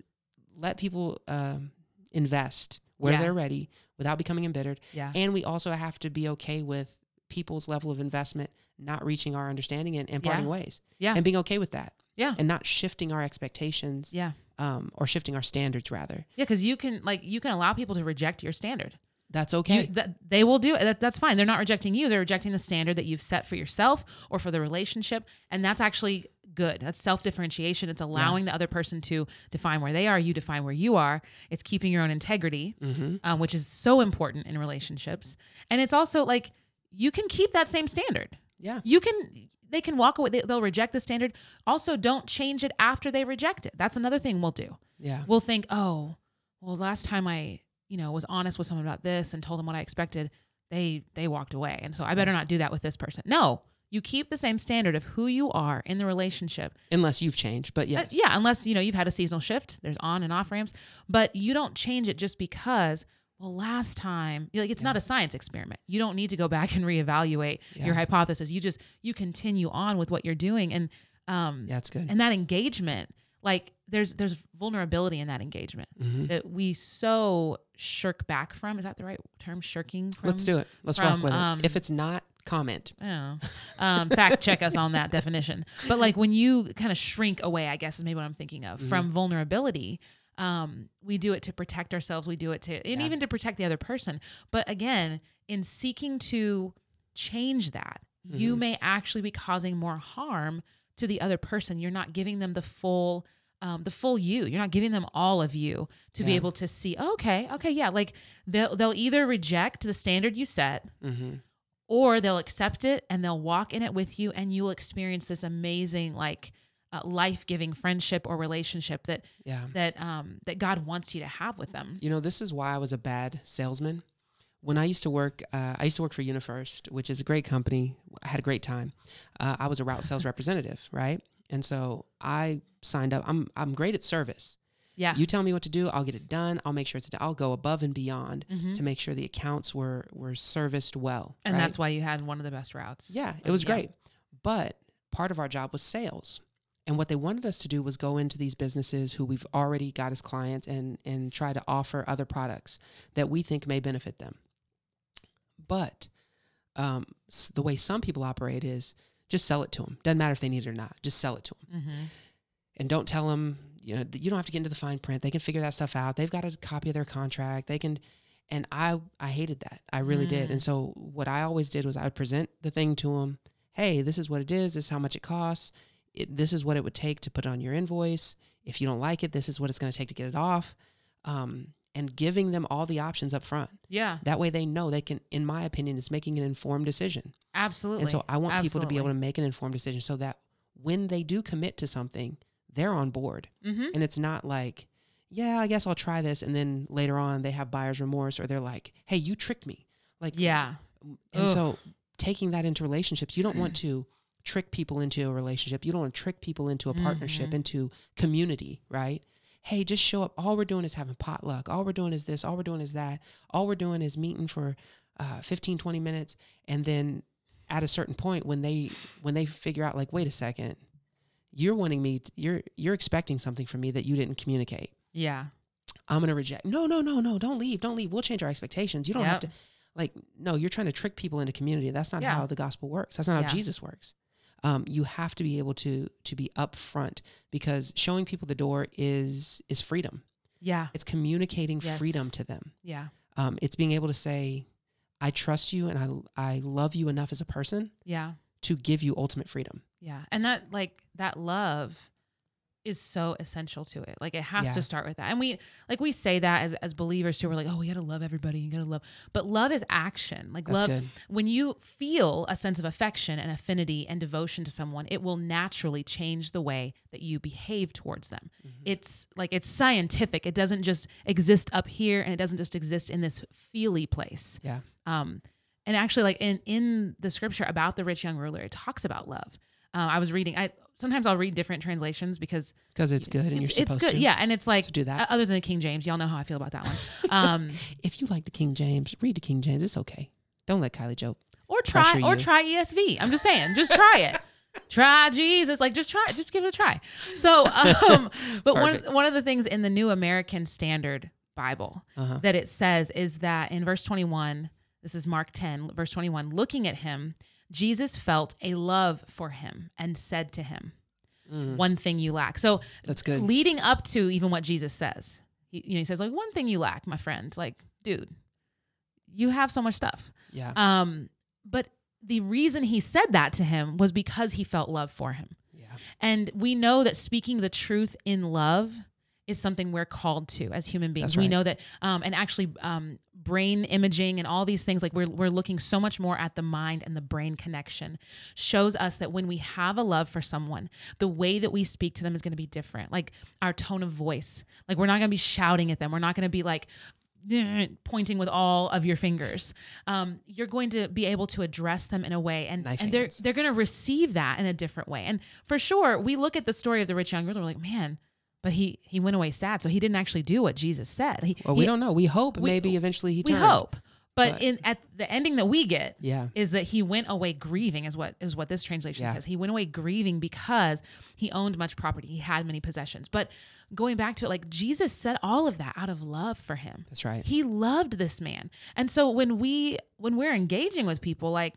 B: let people um, invest where
A: Yeah.
B: they're ready without becoming embittered.
A: [LAUGHS] yeah.
B: [LAUGHS] And we also have to be okay with people's level of investment not reaching our understanding and, and
A: Yeah.
B: parting ways.
A: Yeah.
B: And being okay with that.
A: Yeah.
B: And not shifting our expectations
A: yeah.
B: um, or shifting our standards, rather.
A: Yeah. Because you can like you can allow people to reject your standard.
B: That's
A: You-
B: okay.
A: that, they will do it. That, that's fine. They're not rejecting you. They're rejecting the standard that you've set for yourself or for the relationship, and that's actually good. That's self differentiation. It's allowing the other person to define where they are. You define where you are. It's keeping your own integrity.
B: mm-hmm.
A: um, which is so important in relationships. And it's also like you can keep that same standard.
B: Yeah.
A: You can, they can walk away, they, they'll reject the standard. Also, don't change it after they reject it. That's another thing we'll do.
B: Yeah.
A: We'll think, oh, well, last time I, you know, was honest with someone about this and told them what I expected, they they walked away. And so I better not do that with this person. No, you keep the same standard of who you are in the relationship.
B: Unless you've changed, but
A: Uh,
B: yes.
A: yeah, unless you know you've had a seasonal shift. There's on and off ramps, but you don't change it just because well, last time, like it's not
B: Yeah.
A: a science experiment. You don't need to go back and reevaluate
B: Yeah.
A: your hypothesis. You just you continue on with what you're doing, and um,
B: Yeah, it's good.
A: and that engagement, like there's there's vulnerability in that engagement
B: Mhm.
A: that we so shirk back from. Is that the right term? Shirking from.
B: Let's do it. Let's
A: from,
B: walk with
A: um,
B: it. If it's not, comment.
A: Oh. Um, fact check us on that definition. But like when you kind of shrink away, I guess is maybe what I'm thinking of from
B: Mm-hmm.
A: vulnerability. Um, we do it to protect ourselves. We do it to, and
B: Yeah.
A: even to protect the other person. But again, in seeking to change that, you
B: Mhm.
A: may actually be causing more harm to the other person. You're not giving them the full, um, the full you. You're not giving them all of you to be
B: Yeah.
A: able to see. "Oh, okay, okay, yeah. Like they'll they'll either reject the standard you set,
B: hmm
A: or they'll accept it and they'll walk in it with you and you'll experience this amazing like uh, life-giving friendship or relationship that
B: Yeah.
A: that um that God wants you to have with them.
B: You know, this is why I was a bad salesman. When I used to work, uh, I used to work for Unifirst, which is a great company. I had a great time. Uh, I was a route sales representative, right? And so I signed up. I'm I'm great at service.
A: Yeah.
B: You tell me what to do, I'll get it done. I'll make sure it's. I'll go above and beyond
A: Mhm.
B: to make sure the accounts were were serviced well.
A: And
B: right?
A: that's why you had one of the best routes.
B: Yeah, it
A: Like,
B: was
A: yeah.
B: great. But part of our job was sales. And what they wanted us to do was go into these businesses who we've already got as clients and and try to offer other products that we think may benefit them. But um, s- the way some people operate is just sell it to them. Doesn't matter if they need it or not. Just sell it to them,
A: Mhm.
B: and don't tell them. You know, th- you don't have to get into the fine print. They can figure that stuff out. They've got a copy of their contract. They can. And I I hated that. I really did.
A: Mm.
B: And so what I always did was I would present the thing to them. Hey, this is what it is. This is how much it costs. It, this is what it would take to put on your invoice. If you don't like it, this is what it's going to take to get it off. Um, and giving them all the options up front.
A: Yeah,
B: That way they know they can, in my opinion, it's making an informed decision.
A: absolutely.
B: And so I want people to be able to
A: Absolutely.
B: make an informed decision so that when they do commit to something, they're on board.
A: Mhm.
B: And it's not like, yeah, I guess I'll try this. And then later on they have buyer's remorse or they're like, hey, you tricked me. Like,
A: Yeah.
B: And
A: Ugh. Mm.
B: so taking that into relationships, you don't want to trick people into a relationship. You don't want to trick people into a partnership,
A: Mhm.
B: into community, right? Hey, just show up. All we're doing is having potluck. All we're doing is this. All we're doing is that. All we're doing is meeting for uh, 15, 20 minutes. And then at a certain point when they when they figure out like, wait a second, you're wanting me t- you're you're expecting something from me that you didn't communicate.
A: Yeah.
B: I'm gonna reject. No, no, no, no, don't leave. Don't leave. We'll change our expectations. You don't have
A: Yep.
B: to like no you're trying to trick people into community that's not
A: Yeah.
B: how the gospel works that's not
A: Yeah.
B: how jesus works um, you have to be able to to be upfront because showing people the door is is freedom
A: Yeah.
B: it's communicating
A: Yes.
B: freedom to them
A: Yeah.
B: um, it's being able to say i trust you and i i love you enough as a person
A: Yeah.
B: to give you ultimate freedom
A: Yeah. And that like that love is so essential to it. Like it has
B: Yeah.
A: to start with that. And we like we say that as as believers too. We're like, oh, we gotta love everybody, you gotta love. But love is action. Like
B: that's
A: love
B: good
A: when you feel a sense of affection and affinity and devotion to someone, it will naturally change the way that you behave towards them.
B: Mm-hmm.
A: It's like it's scientific. It doesn't just exist up here and it doesn't just exist in this feely place.
B: Yeah.
A: Um, and actually, like in in the scripture about the rich young ruler, it talks about love. Uh, I was reading. I sometimes I'll read different translations because
B: because it's good and you're
A: it's,
B: supposed
A: it's good.
B: to
A: Yeah, uh, and it's like
B: So do that.
A: o- other than the King James, y'all know how I feel about that one.
B: [LAUGHS]
A: Um,
B: if you like the king james read the king james it's okay don't let kylie joke
A: or try
B: Pressure
A: or
B: you.
A: try ESV. I'm just saying, just try it. try Jesus, like just try, it. just give it a try. So,
B: [LAUGHS]
A: um, but one
B: Perfect.
A: one of the things in the New American Standard Bible
B: uh-huh
A: that it says is that in verse 21, this is Mark 10, verse 21, looking at him, Jesus felt a love for him and said to him,
B: Mm,
A: "One thing you lack." So,
B: that's good
A: leading up to even what Jesus says. He, you know, he says like, "One thing you lack, my friend. Like, dude, you have so much stuff."
B: yeah
A: Um, but the reason he said that to him was because he felt love for him.
B: yeah
A: And we know that speaking the truth in love is something we're called to as human beings.
B: That's
A: We
B: right.
A: know that, um, and actually, um, brain imaging and all these things, like we're, we're looking so much more at the mind and the brain connection, shows us that when we have a love for someone, the way that we speak to them is going to be different. Like our tone of voice, like we're not going to be shouting at them, we're not going to be like, [SNIFFS] pointing with all of your fingers. Um, you're going to be able to address them in a way, and,
B: Knife
A: and they're
B: hands.
A: they're going to receive that in a different way. And for sure, we look at the story of the rich young ruler, we're like, man, but he he went away sad, so he didn't actually do what Jesus said. He,
B: Well, we
A: he-
B: don't know. We hope
A: we-
B: maybe eventually he
A: we
B: turned.
A: hope, but,
B: but-
A: in at the ending that we get
B: Yeah.
A: is that he went away grieving is what is what this translation
B: Yeah.
A: says. He went away grieving because he owned much property, he had many possessions. But going back to it, like Jesus said all of that out of love for him.
B: That's right.
A: He loved this man. And so when we when we're engaging with people, like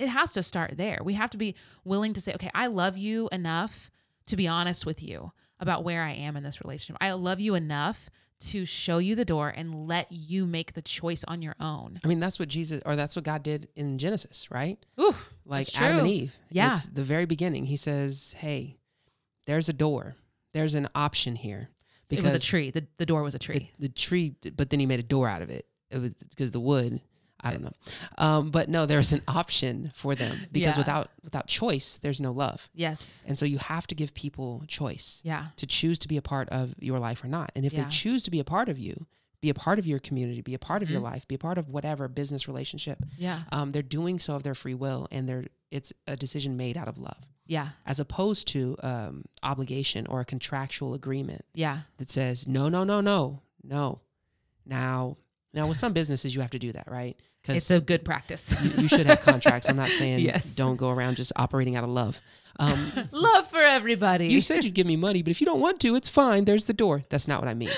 A: it has to start there. We have to be willing to say, okay, I love you enough to be honest with you about where I am in this relationship. I love you enough to show you the door and let you make the choice on your own.
B: I mean, that's what Jesus, or that's what God did in Genesis, right?
A: Oof.
B: Like
A: It's
B: Adam and
A: true.
B: Eve.
A: Yeah.
B: It's the very beginning. He says, hey, there's a door, there's an option here.
A: it was a tree. The, the door was a tree.
B: The, the tree, but then he made a door out of it. It was because the wood. I don't know, um, but no, there's an option for them because
A: Yeah.
B: without without choice, there's no love,
A: yes.
B: and so you have to give people choice
A: Yeah.
B: to choose to be a part of your life or not. And if
A: Yeah.
B: they choose to be a part of you, be a part of your community, be a part of your
A: Mhm.
B: life, be a part of whatever business relationship,
A: Yeah.
B: um, they're doing so of their free will, and they're it's a decision made out of love,
A: Yeah.
B: as opposed to um, obligation or a contractual agreement
A: Yeah.
B: that says no, no, no, no, no. Now, now
A: [LAUGHS]
B: with some businesses you have to do that, right?
A: It's a good practice.
B: you,
A: [LAUGHS]
B: you should have contracts. I'm not saying
A: Yes.
B: don't go around just operating out of love. Um,
A: Love for everybody. [LAUGHS]
B: you said you'd give me money, but if you don't want to, it's fine. There's the door. That's not what I mean.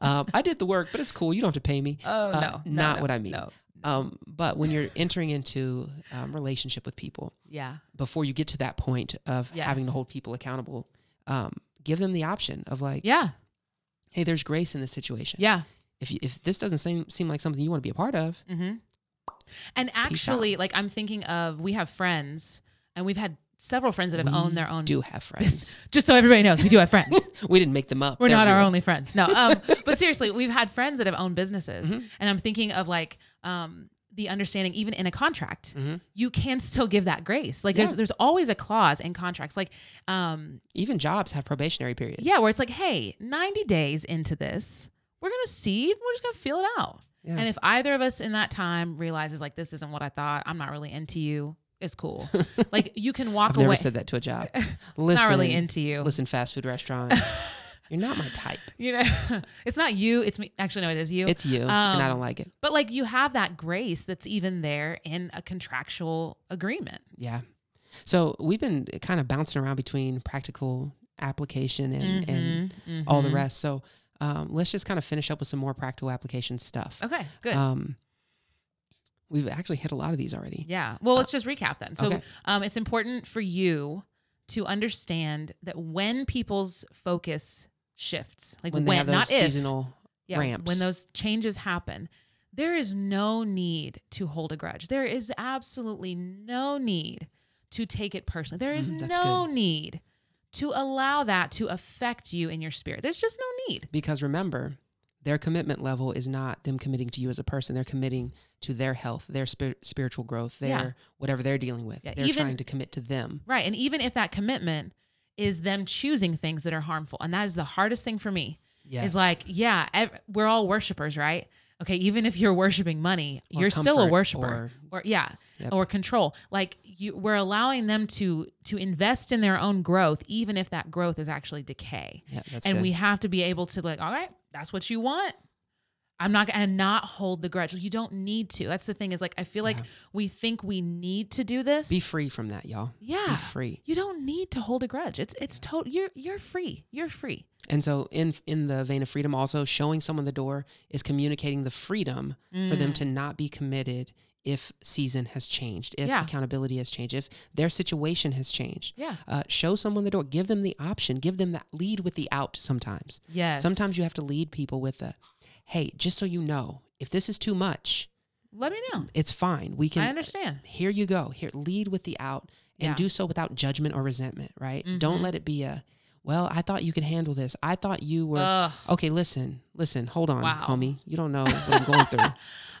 B: Um, I did the work, but it's cool. You don't have to pay me.
A: oh
B: uh,
A: no, no,
B: not
A: no,
B: what I mean.
A: No.
B: Um, but when you're entering into um, relationship with people,
A: Yeah.
B: before you get to that point of having
A: Yes.
B: to hold people accountable, um, give them the option of like,
A: Yeah.
B: hey, there's grace in this situation.
A: Yeah.
B: If you, if this doesn't seem seem like something you want to be a part of,
A: Mm-hmm. And actually,
B: out.
A: like I'm thinking of, we have friends, and we've had several friends that have owned their own.
B: do have friends.
A: Just so everybody knows, we do have
B: [LAUGHS]
A: friends.
B: we didn't make them up.
A: We're
B: They're
A: not our
B: real.
A: only friends. No,
B: [LAUGHS]
A: um, but seriously, we've had friends that have owned businesses,
B: Mhm.
A: and I'm thinking of like um, the understanding, even in a contract,
B: Mhm.
A: you can still give that grace. Like
B: Yeah.
A: there's there's always a clause in contracts, like um,
B: Even jobs have probationary periods.
A: yeah, where it's like, hey, 90 days into this, we're gonna see, we're just gonna feel it out.
B: Yeah.
A: And if either of us in that time realizes like this isn't what I thought, I'm not really into you, it's
B: [LAUGHS]
A: cool. like you can walk
B: I've
A: away.
B: never said that to a job.
A: [LAUGHS]
B: Listen,
A: not really into you.
B: listen, fast
A: [LAUGHS]
B: food restaurant. You're not my type.
A: You know, [LAUGHS] it's not you. It's me. Actually, no, it is you.
B: It's you, and I
A: Um,
B: don't like it.
A: But like you have that grace that's even there in a contractual agreement.
B: Yeah. So we've been kind of bouncing around between practical application and, and
A: Mhm,
B: all the
A: mhm.
B: rest. So um, let's just kind of finish up with some more practical application stuff.
A: Okay, good.
B: Um, we've actually hit a lot of these already.
A: yeah. Well, let's just recap then. So
B: uh, okay.
A: um, it's important for you to understand that when people's focus shifts, like when,
B: they have those
A: not if,
B: seasonal,
A: yeah,
B: ramps.
A: when those changes happen, there is no need to hold a grudge. There is absolutely no need to take it personally. There is
B: Mm, that's
A: no need to allow that to affect you in your spirit. There's just no need.
B: because remember, their commitment level is not them committing to you as a person. They're committing to their health, their spir- spiritual growth, their
A: Yeah.
B: whatever they're dealing with.
A: Yeah,
B: they're
A: even-
B: trying to commit to them.
A: Right. And even if that commitment is them choosing things that are harmful, and that is the hardest thing for me.
B: Yes.
A: Is like, yeah, ev- we're all worshipers, right? Okay, even if you're worshiping money,
B: Or
A: you're still a
B: comfort
A: worshiper.
B: or-
A: or yeah
B: Yep.
A: or control like you we're allowing them to to invest in their own growth even if that growth is actually decay
B: yeah, that's
A: and
B: good.
A: we have to be able to like all right that's what you want i'm not gonna not hold the grudge you don't need to that's the thing is like i feel like
B: Yeah.
A: we think we need to do this
B: be free from that, y'all. Be
A: yeah
B: free.
A: you don't need to hold a grudge it's it's total you're you're free you're free
B: And so in in the vein of freedom also showing someone the door is communicating the freedom for them
A: Mm.
B: to not be committed if season has changed, if
A: Yeah.
B: accountability has changed, if their situation has changed.
A: yeah
B: Uh, show someone the door. Give them the option. Give them that lead with the out sometimes.
A: yes
B: Sometimes you have to lead people with a, hey, just so you know, if this is too much,
A: let me know
B: it's fine. We can
A: i understand
B: here you go here lead with the out and
A: Yeah.
B: do so without judgment or resentment right don't
A: Mhm.
B: let it be a well i thought you could handle this i thought you were
A: Ugh,
B: okay listen listen hold on
A: Oh. Wow.
B: homie you don't know what i'm
A: [LAUGHS]
B: going through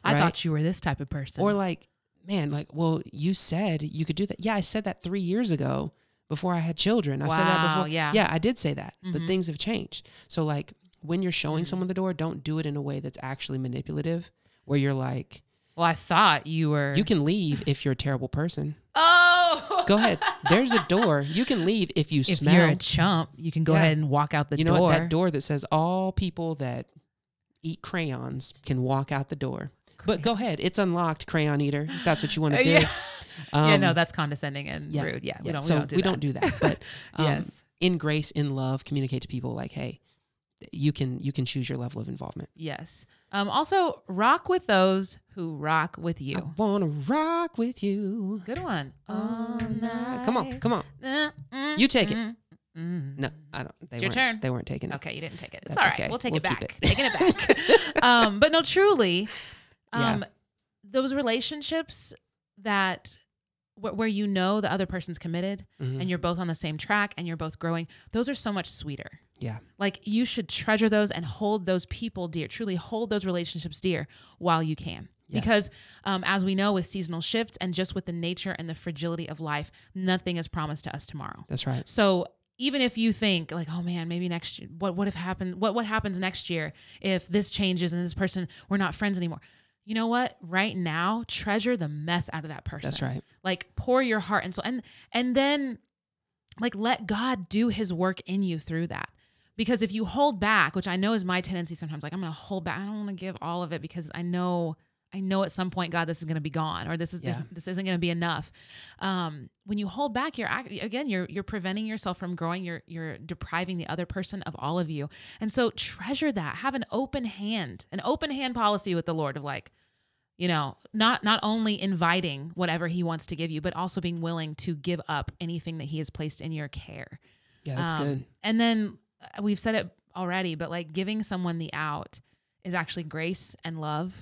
A: i
B: right?
A: thought you were this type of person
B: or like man like well you said you could do that yeah i said that three years ago before i had children i said that
A: Wow,
B: before
A: yeah.
B: yeah i did say that but
A: Mhm.
B: things have changed so like when you're showing
A: Mhm.
B: someone the door don't do it in a way that's actually manipulative where you're like
A: well i thought you were
B: you can leave if you're a terrible person
A: Oh, [LAUGHS]
B: Go ahead. There's a door. You can leave if you
A: if
B: smell.
A: you're a chump, you can go
B: Yeah.
A: ahead and walk out the
B: you know
A: door.
B: what? That door that says all people that eat crayons can walk out the door. But go ahead. It's unlocked, crayon eater. if that's what you want
A: Uh,
B: to do.
A: yeah. [LAUGHS]
B: Um,
A: yeah, no, that's condescending and
B: yeah,
A: rude. Yeah, we
B: yeah,
A: don't.
B: so
A: we don't do that. [LAUGHS]
B: But um,
A: yes,
B: in grace, in love, communicate to people like, hey, you can you can choose your level of involvement.
A: yes. Um, also, rock with those who rock with
B: I
A: you.
B: wanna rock with you.
A: Good one. Mm,
B: all night. Come on, come on. You take it. No, I don't. They
A: It's your
B: weren't,
A: turn.
B: They weren't taking it.
A: Okay, you didn't take it. It's
B: That's
A: all right.
B: okay.
A: We'll take it
B: We'll keep
A: back.
B: it.
A: Taking it
B: [LAUGHS]
A: back. um, but no, truly,
B: Yeah.
A: um, those relationships that wh- where you know the other person's committed
B: Mhm.
A: and you're both on the same track and you're both growing, those are so much sweeter.
B: Yeah.
A: Like you should treasure those and hold those people dear. Truly hold those relationships dear while you can.
B: Yes.
A: Because um, as we know with seasonal shifts and just with the nature and the fragility of life, nothing is promised to us tomorrow.
B: That's right.
A: So even if you think like, oh man, maybe next year, what would have happened? What what happens next year if this changes and this person we're not friends anymore? You know what? Right now, treasure the mess out of that person.
B: That's right.
A: Like pour your heart and soul, and and then like let God do His work in you through that. Because if you hold back, which I know is my tendency sometimes, like I'm gonna hold back. I don't want to give all of it because I know I know at some point, God, this is gonna be gone, or this is this,
B: Yeah.
A: this isn't gonna be enough um, when you hold back, you're act- again you're you're preventing yourself from growing. You're you're depriving the other person of all of you, and so treasure that. Have an open hand, an open hand policy with the Lord of like, you know, not not only inviting whatever He wants to give you, but also being willing to give up anything that He has placed in your care.
B: Yeah, that's
A: Um,
B: good.
A: And then uh, we've said it already, but like giving someone the out is actually grace and love.